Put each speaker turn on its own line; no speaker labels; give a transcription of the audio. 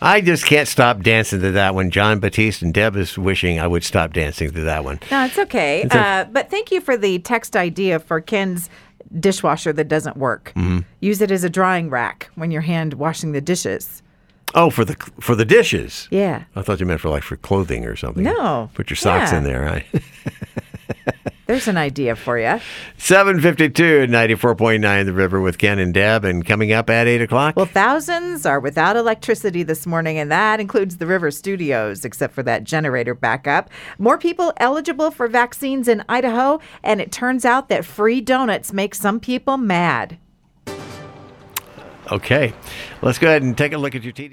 I just can't stop dancing to that one. John Batiste and Deb is wishing I would stop dancing to that one.
No, it's okay. uh, but thank you for the text idea for Ken's dishwasher that doesn't work. Use it as a drying rack when you're hand washing the dishes.
Oh, for the for the dishes.
Yeah.
I thought you meant for like for clothing or something.
No.
Put your socks
Yeah.
in there, right?
There's an idea for you.
752 94.9 The River with Ken and Deb. And coming up at 8 o'clock.
Well, thousands are without electricity this morning, and that includes the river studios, except for that generator backup. More people eligible for vaccines in Idaho, and it turns out that free donuts make some people mad.
okay. Let's go ahead and take a look at your TD.